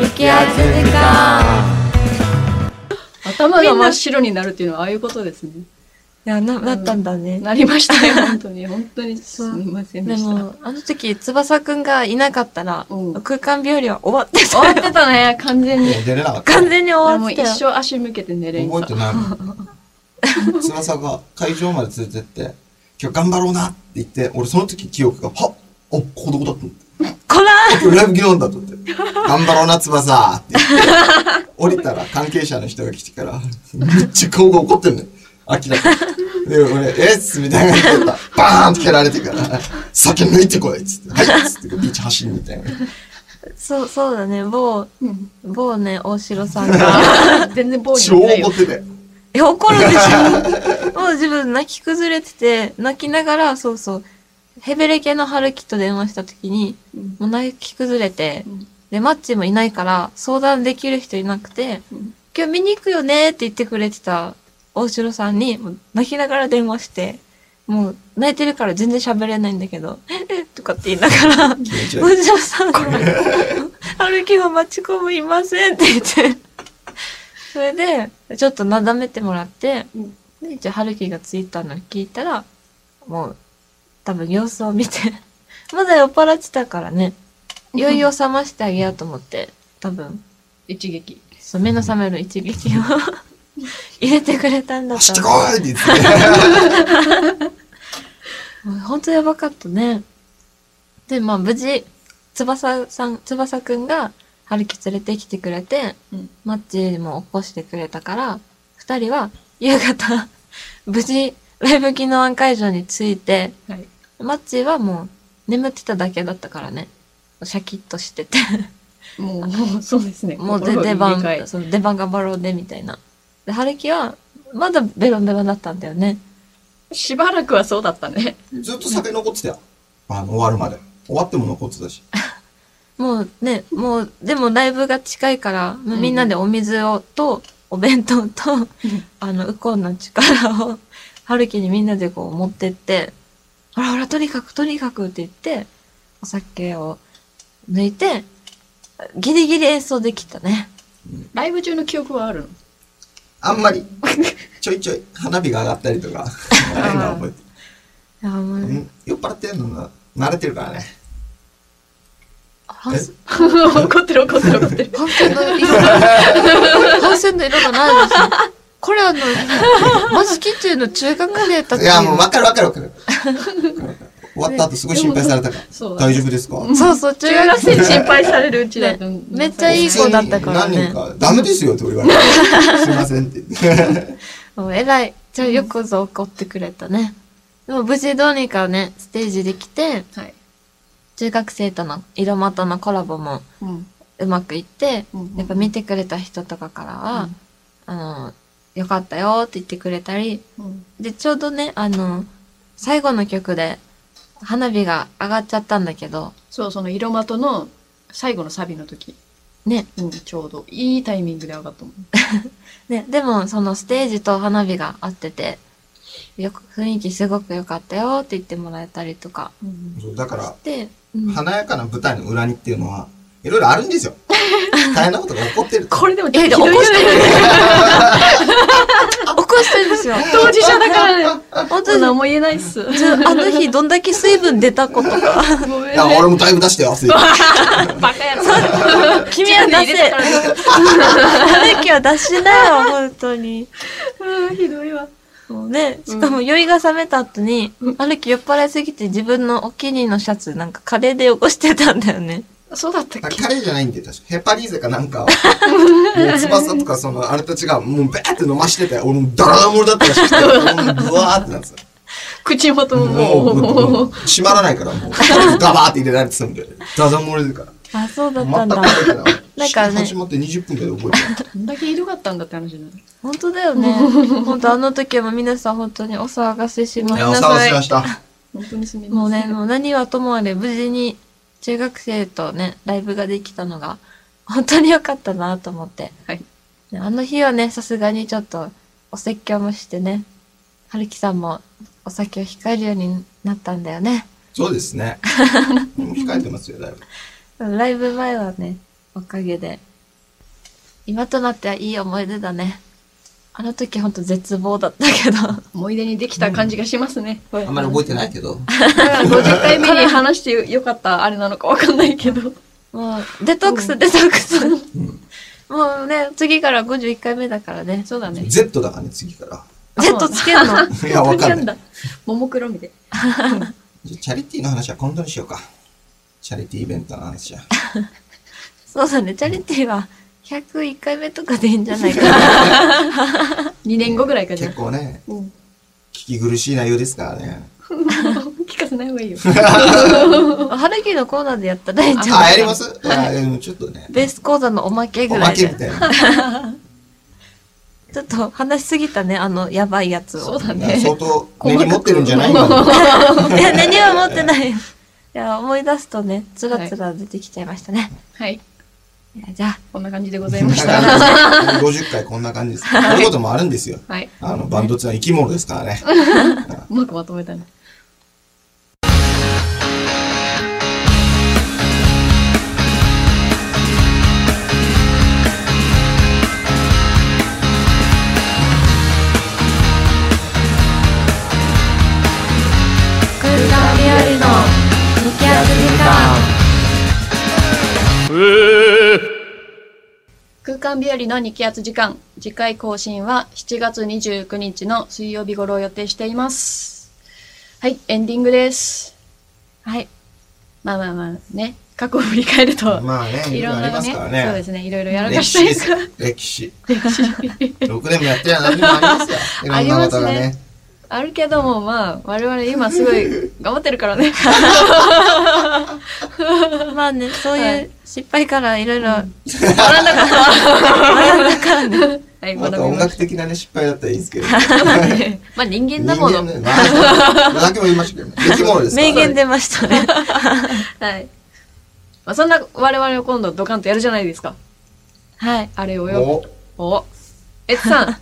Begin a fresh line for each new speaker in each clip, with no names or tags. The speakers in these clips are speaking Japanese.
ずか
頭が真っ白になるっていうのはああいうことですね。
いやななったんだね、
なりました ね、本当に。本当にす
そう
みません
で
でした。
もあの時翼くんがいなかったら、
うん
空間日和は終わって
終
た
わってたね、完全に。
もう出れなかった。
完全に終
も
わっ
う
てた
一
よ
生足向けて寝れん
覚えてない。翼が会場まで連れてって、今日頑張ろうなって言って、俺その時記憶が、はっお、ここどこだと思って。
こらー
今日ライブ昨日だと思って。頑張ろうな、翼って言って。降りたら関係者の人が来てから、めっちゃ顔が怒ってんのよ。明らかに。で、俺、えっすみたいなこと言ったら、バーンって蹴られてから、酒抜いてこいっつって、はいっつって、ビーチ走るみたいな。
そうそうだね某
うん
某ね大城さんが
全然暴力
超
ないよ
怒。ってて。
え 怒るでしょもう自分泣き崩れてて泣きながらそうそうヘベレケの春樹と電話した時に
うん
もう泣き崩れて、
うん
でマッチもいないから相談できる人いなくて、
うん
今日見に行くよねって言ってくれてた大城さんにもう泣きながら電話してもう泣いてるから全然喋れないんだけど「えっ?」とかって言いながら
気持ち悪い
大城さんが「春樹は待ち込むいません」って言ってそれでちょっとなだめてもらって、
うん
で一応春樹がツイッターの聞いたらもう多分様子を見て まだ酔っ払ってたからね酔いを覚ましてあげようと思って多分
一撃。
そう目の覚める一撃を 入れてくれたんだ
走
と
ってこ
思
いって言って。
うもう本当やばかったねでまあ無事翼さん翼くんが春樹連れてきてくれて、
うん
マッチも起こしてくれたから二人は夕方 無事ライブ機能案会場に着いて
はい。
マッチはもう眠ってただけだったからねシャキッとして て
もう、もうそうですね。
もう
心
で出
を入れ替え
番、その出番頑張ろうね、みたいな。で、春樹は、まだベロンベロンだったんだよね。
しばらくはそうだったね。
ずっと酒残ってたよ。あの、終わるまで。終わっても残ってたし。
もうね、もう、でもライブが近いから、もううんみんなでお水を、と、お弁当と、あの、ウコンの力を、春樹にみんなでこう持ってって、ほらほら、とにかくとにかくって言って、お酒を抜いて、ギリギリ演奏できたね。
ライブ中の記憶はあるの
あん まり、ちょいちょい花火が上がったりとか、ああいうのは覚えて
いや、もう、
るうん酔っ払ってるのが慣れてるからね。
反省
怒ってる怒ってる怒ってる。
反戦の色が、反戦の色がないですよ。これあ の、マスキチューの中学生たち
いや、もうわかるわかるわかる。 終わった後すごい心配されたから。
そうだ。
大丈夫ですか
そうそう、 中
中学
学
生
生
に心配されるうちだと。
めっちゃいい子だったからね
普通に何人か、ダメですよって俺言われた。すいませんって言って。
もう偉い。じゃあよくぞ怒ってくれたね。でも無事どうにかね、ステージできて、
はい。
中学生との色まとのコラボも
うん。
うまくいって、
うん
やっぱ見てくれた人とかからは、あの、よかったよって言ってくれたり、
うん
で、ちょうどね、あの、最後の曲で花火が上がっちゃったんだけど、
そう、その色まとの最後のサビの時。
ね、
うん、ちょうどいいタイミングで上がったもん。
ね、でもそのステージと花火が合ってて、よく雰囲気すごく良かったよって言ってもらえたりとか
うん
そうだから、
して、うん、
華やかな舞台の裏にっていうのは、いろいろあるんですよ。大変なことが起こってる。
これでもちょっ
え、
と
で
ひ
起
ど
こ
い
してる
よ
ん
ね
ですよ起こしてるんですよ
当事者だからね。
本
そ
当
ん
に
なんも言えないっす。
ちょあの日どんだけ水分出たことか
ご
い
めんね
や、。俺もだいぶ出してよ、水分
バカ野郎。
君は出せ春樹は出しなよ本当に
うんひどいわ。
もうねしかも酔いが覚めた後に、春樹酔っ払いすぎて自分のお気に入りのシャツなんかカレーで汚してたんだよね
そうだったっ
あれ
け
カレーじゃないんで、確か。ヘパリーゼかな んかを、もう翼とか、その、あれたちが、もう、べーって飲ましてて、俺もう、ダラダラ漏れだったらしくて、もう、ブワーってなってた。
口元も
もう、も
も
う
う。
閉まらないから、もう、ガバーって入れられてたんで、ダダ漏れるから。
あそうだったん
全く
だ
覚えてない。
なんかね
始まって20分ぐらいで覚えて
どんだけひどかったんだって話だね。
本当だよ ね。本当あの時も皆さん本当にお騒がせしま
ない。
し
いや、お
な
騒がせしま
さ
し
い。
た。
本当にすみ
も
ま
う
せ
ね、
ん。
もう何はともあれ無事に中学生とね、ライブができたのが本当に良かったなと思って。
はい
であの日はね、さすがにちょっとお説教もしてね、春樹さんもお酒を控えるようになったんだよね。
そうですね。もう控えてますよ、だいぶ。
ライブ前はね、おかげで今となってはいい思い出だね。あの時ほんと絶望だったけど。
思い出にできた感じがしますね。
あんまり覚えてないけど。
50回目に話してよかったあれなのかわかんないけど。
もう、デトックス、デトックス。もうね、次から51回目だからね。
そうだね。
Z だからね、次から。
Z つけるの。
いや、わかんない。
い。 ももクロみで。
じゃあチャリティーの話は今度にしようか。チャリティーイベントの話は。
そうだね、チャリティーは101回目とかでいいんじゃないかな。
2年後ぐらいかじゃ
結
あ。
構ね、
うん。
聞き苦しい内容ですからね。
聞かせない方 がいいよ。
春樹のコーナーでやったらいいんじゃ
あ、
ない
やり
か
ま
な。
すあ、でもちょっとね。
ベース講座のおまけ
お
ぐら
ま
いで
けみたいな。
ちょっと話しすぎたね、あの、やばいやつ
そ
を
う。だ ね。
相当、根に持ってるんじゃない の
いや、何は持ってないよ。いや、思い出すとね、つらつら出てきちゃいましたね。
はい。
いやじゃあ、
こんな感じでござい ました。
50回こんな感じです。こういうこともあるんですよ。
はい。
あの、バンドってのは生き物ですからね。
うまくまとめたね。
空間日和の向き合う時間。
空間日和の日気圧時間。次回更新は7月29日の水曜日頃を予定しています。はい、エンディングです。
はい。
まあまあまあね、過去を振り返ると、
まあね、い
い
ろい
ろ
ろ
ん
あります
なね
から
そうで
ね。
すね、いろいろやらか
歴
した
史で
り
す
とか。。
歴史。
歴史
6年もやってりゃ何でもありますよ。いろんなことが
あります
ね。
あるけども、まあ、我々今すごい頑張ってるか らね。
まあね、そう
はいいう
失敗からいろいろ、
学んだことは。はい、
ま
学
た
び
音
まし
楽的なね、失敗だったらいいですけど。
たね。まあ人
人
間だも
間
の。
ね、まあ、 さっきも言いましたけどね、生き物ですから
名
ね。
言出ましたね。
はい。まあそんな我々を今度ドカンとやるじゃないですか。
はい。
あれをよ。
お
お。えつさん。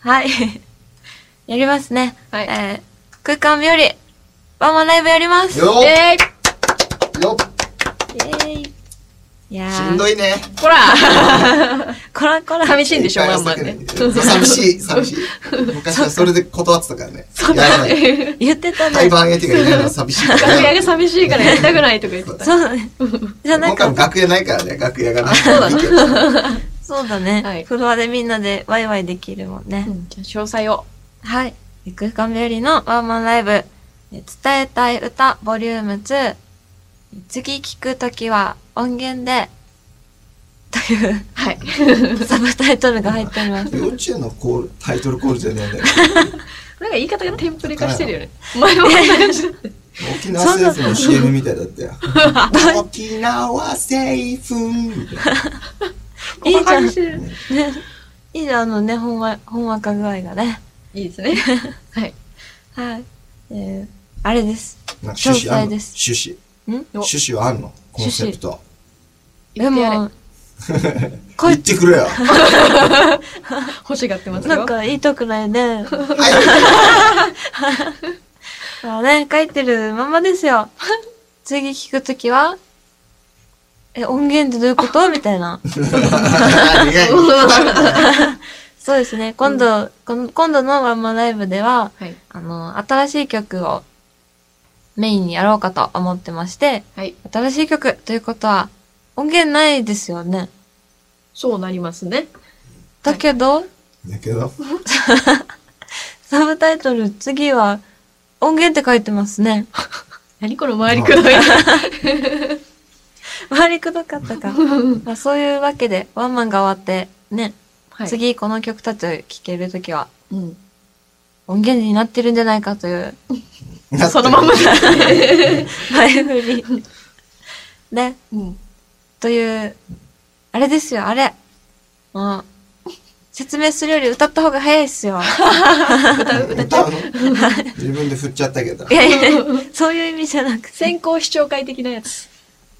はい。 やりますね。
はい
えー空間日和、ワンマンライブやります。イ
よ
え
よ
ェイ。いや
しん
ー、
どいね。
ー、こら
こらこら。
寂しいんでしょ、
いっぱ
ま
い情
んま
けな
ね
い。寂しい、寂しい。昔はそれで断ってたからね。
そう
やら
だ
ない。
ね。
言ってた
対
ね。
バン相手がいないのは寂しいか
楽
ら
屋が
ね。
寂しいからやりたくないとか言ってた。
そうだね。 じゃな
今
か
回
っ
も
た。
楽屋ないからね、楽屋がな。
そうだね
そうだね、
はい
フロアでみんなでワイワイできるもんね。
うんじゃあ詳細を。
はい。空間日和のワンマンライブ、え伝えたい歌ボリューム2、次聞くときは音源で、という
はい。
サブタイトルが入っております。
幼稚園のコール、タイトルコールじゃねえんだよ。
なんか言い方がテンプレ化してるよね。前もこんな感じだった。
沖縄政府の CM みたいだったよ。沖縄政府みたいな。
いいじゃん
いじゃん。
ね、 いいね、あのね、ほんわ、ほんわか具合がね。
いいですね。はい。
はい。えー、あれです。
なんか趣旨あ
詳細
んの
です
趣旨。
ん
お
趣旨はあんのコンセプト。
言ってやれ。、
こ
言っ
い
てく れよ。
欲しがってますよ。
なんか言いたくないね。
はい。
まあね、書いてるまんまですよ。次聞くときは、え、音源ってどういうことみたいな。
意外に
そうですね。今度、この今度のワンマンライブでは、
はい。
あの、新しい曲をメインにやろうかと思ってまして、
はい。
新しい曲ということは音源ないですよね。
そうなりますね。
だけど、
だけど、
サブタイトル次は音源って書いてます ね。
何この周りくどい。
周りくどかった か。まあ、そういうわけで、ワンマンが終わって、ね、
はい。
次この曲たちを聴けるときは
うん。
音源になってるんじゃないかという
そのまんまだ。
前振 り。ね。
うん。
という、あれですよ、あれ。もう、説明するより歌った方が早いっす よ。
歌うの自分で振っちゃったけど
い。やいや、そういう意味じゃなくて。
先行視聴会的なやつ。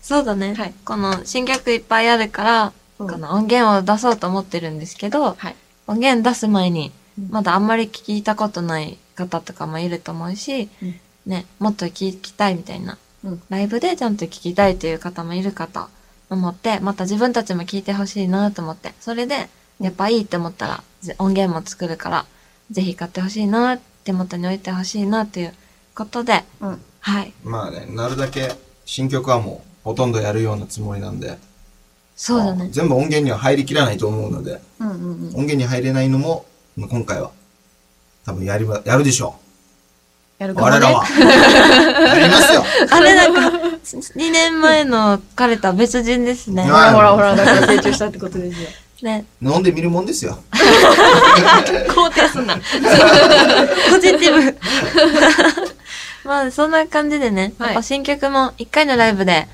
そうだね。
はい
この新曲いっぱいあるから、
うん
この音源を出そうと思ってるんですけど、
はい。
音源出す前に
うん、
まだあんまり聞いたことない方とかもいると思うし、
うん
ね、もっと聞きたいみたいな、
うん
ライブでちゃんと聞きたいという方もいるかと思って、また自分たちも聞いてほしいなと思って、それで、やっぱいいって思ったら、ぜ音源も作るから、ぜひ買ってほしいな、手元に置いてほしいな、ということで、
うん。
はい。
まあね、なるだけ新曲はもうほとんどやるようなつもりなんで、
そうだ
あ
ね
の。全部音源には入りきらないと思うので、
うんうんうん。
音源に入れないのも、まあ今回は、多分やりま、やるでしょ
やる
う。
かも
我
ね
ら。は。 やりますよ。
あれなんか、2年前の彼とは別人ですね。
は
ほらほら、だから成長したってことですよ。
ね、
飲んでみるもんですよ。
肯定すんな。ポジティブ。まあ、そんな感じでね、
はい
やっぱ新曲も1回のライブで、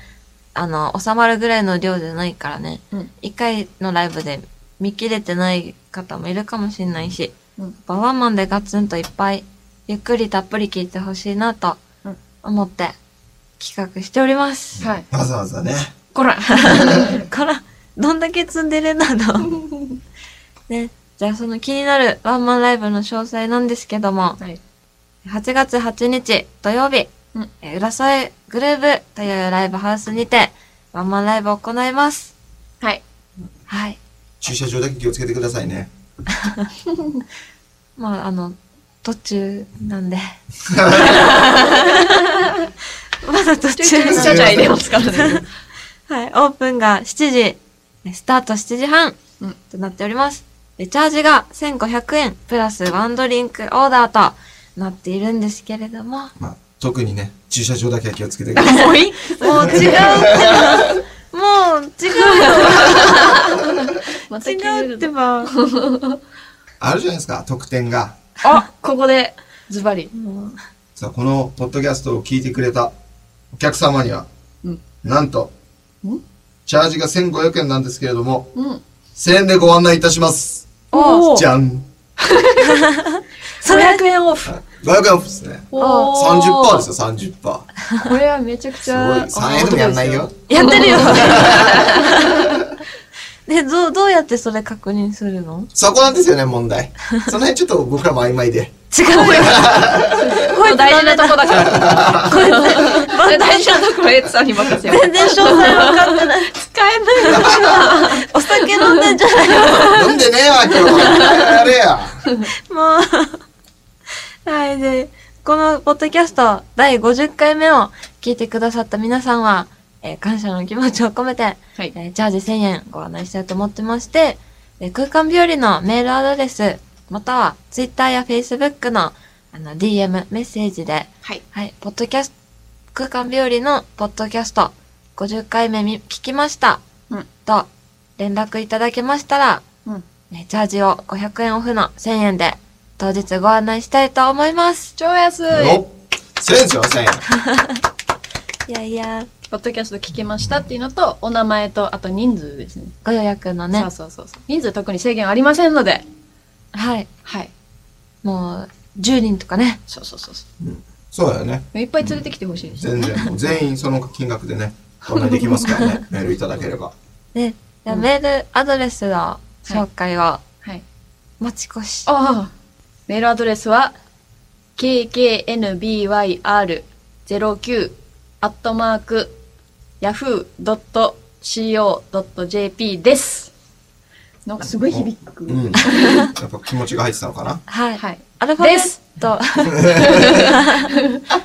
あの、収まるぐらいの量じゃないからね、
うん
1回のライブで見切れてない方もいるかもしれないし、
うん
やっぱワンマンでガツンといっぱい、ゆっくりたっぷり聴いてほしいなと
うん
思って企画しております。
はい。
わざわざね。
こら。
こら、どんだけ積んでるなの。ね。じゃあその気になるワンマンライブの詳細なんですけども、
はい。
8月8日土曜日、
うん
えー浦添グルーブというライブハウスにて、ワンマンライブを行います。
はい。
はい。
駐車場だけ気をつけてくださいね。
まあ、あの、途中なんで。 まだ途
ちょいちょい
中
ちょいちょい入れますからね。
はい、オープンが7時、スタート7時半
うん
となっております。で、チャージが1500円、プラスワンドリンクオーダーとなっているんですけれども、も
まあ、特にね、駐車場だけは気をつけてください。
もういい
違
う
うってば、もう違
また
うよ、 違うって ば。
あるじゃないですか、特典が。
あ、ここで、ズバリ。
もう
さあ、このポッドキャストを聞いてくれたお客様には、
うん
なんと
ん、
チャージが1500円なんですけれども、
うん。
1000円でご案内いたします。
お
じゃん。
500円オフ。
500円オフですね。
お
30%ですよ、30%。
これはめちゃくち
すごい。
ゃ。
3円でもやんないよ。。
やって るよ。で、どう、どうやってそれ確認するの
そこなんですよね、問 題。その辺ちょっと僕らも曖昧で。
違うよ。 こいつ
大
ダ
事
メ
なと
だ。
こだから。これ大事なところ、エツさんに任せよう。
全然詳細わかって ない。
使えない。
お酒飲んでんじゃない
飲んでねえわ、今日。やれや。
もう。はい。で、このポッドキャスト第50回目を聞いてくださった皆さんは、えー感謝の気持ちを込めて、
はい。
えーチャージ1000円ご案内したいと思ってまして、えー空間日和のメールアドレス、または Twitter や Facebook のあの DM、メッセージで、
はい。
はい、ポッドキャスト、空間日和のポッドキャスト、50回目み聞きました、
うん
と連絡いただけましたら、
うん
ねチャージを500円オフの1000円で当日ご案内したいと思います。
超安い。
お1000円ですよ、1000円。
いやいや、
ポッドキャスト聞けましたっていうのと、お名前と、あと人数ですね。
ご予約のね
そう、そうそうそう。人数特に制限ありませんので。
はい、
はい。
もう10人とかね、
そうそうそうそ
そうだよね。
う。いっぱい連れてきてほしいです。
全然、もう全員その金額でね、ご案内できますからね、メールいただければ。
ね、じゃあ
うん
メールアドレスの紹介を
はい。
待ち越し。
ああ。メールアドレスは、kknbyr09 アットマーク yahoo.co.jp です。なんかすごい響く。
うん。やっぱ気持ちが入ってたのかな。
はい。
はい。
アルファベット。アルファ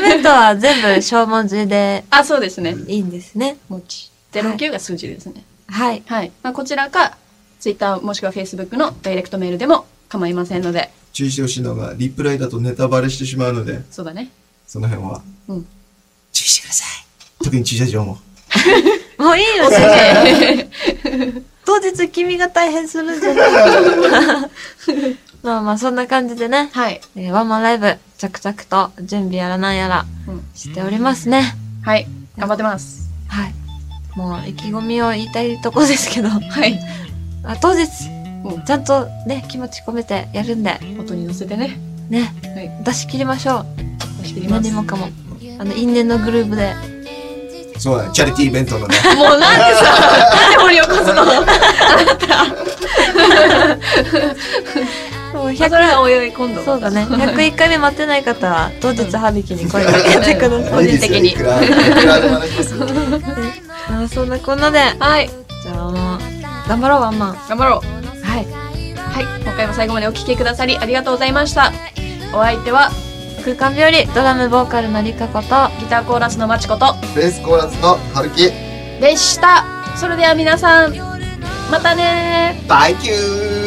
ベットは全部小文字で
あ、そうですね。
いいんですね。
もち。09が数字ですね。
はい。
はい。まあ、こちらか、Twitter もしくは Facebook のダイレクトメールでも構いませんので、
注意してほしいのが、リプライだとネタバレしてしまうので、
そうだね。
その辺は、
うん
注意してください。特に駐車場も。
もうい いよ、先生。当日君が大変するんじゃないまあまあ、そんな感じでね、
はい。
えーワンマンライブ、着々と準備やらなんやら
うん。
しておりますね。
はい。頑張ってます。
はい。もう、意気込みを言いたいとこですけど、
はい。
あ当日、
うん
ちゃんとね、気持ち込めてやるんで、
音に乗せてね、
ね、
はい
出し切りましょう。
出し切ります。
何
も
もかも。あの、因縁のグループで。
そうだね、チャリティーイベントのね、
うなんでさ、なんで掘り起こすの
もう
それはおいおい今度。
そうだ ね。101回目待ってない方は、当日、はびきに声かけてください。
個人的に
いいですよいくら、いくらでも話しますよ。
ねまあそんなこんなで、
はい、
じゃあもう、頑張ろうワンマン。
頑張ろう。
はい。
はい、今回も最後までお聴きくださりありがとうございました。お相手は
空間日和、ドラムボーカルのりかこと、
ギターコーラスのまちこと
ベースコーラスの春樹
でした。それでは皆さん、またねー。
バイキュー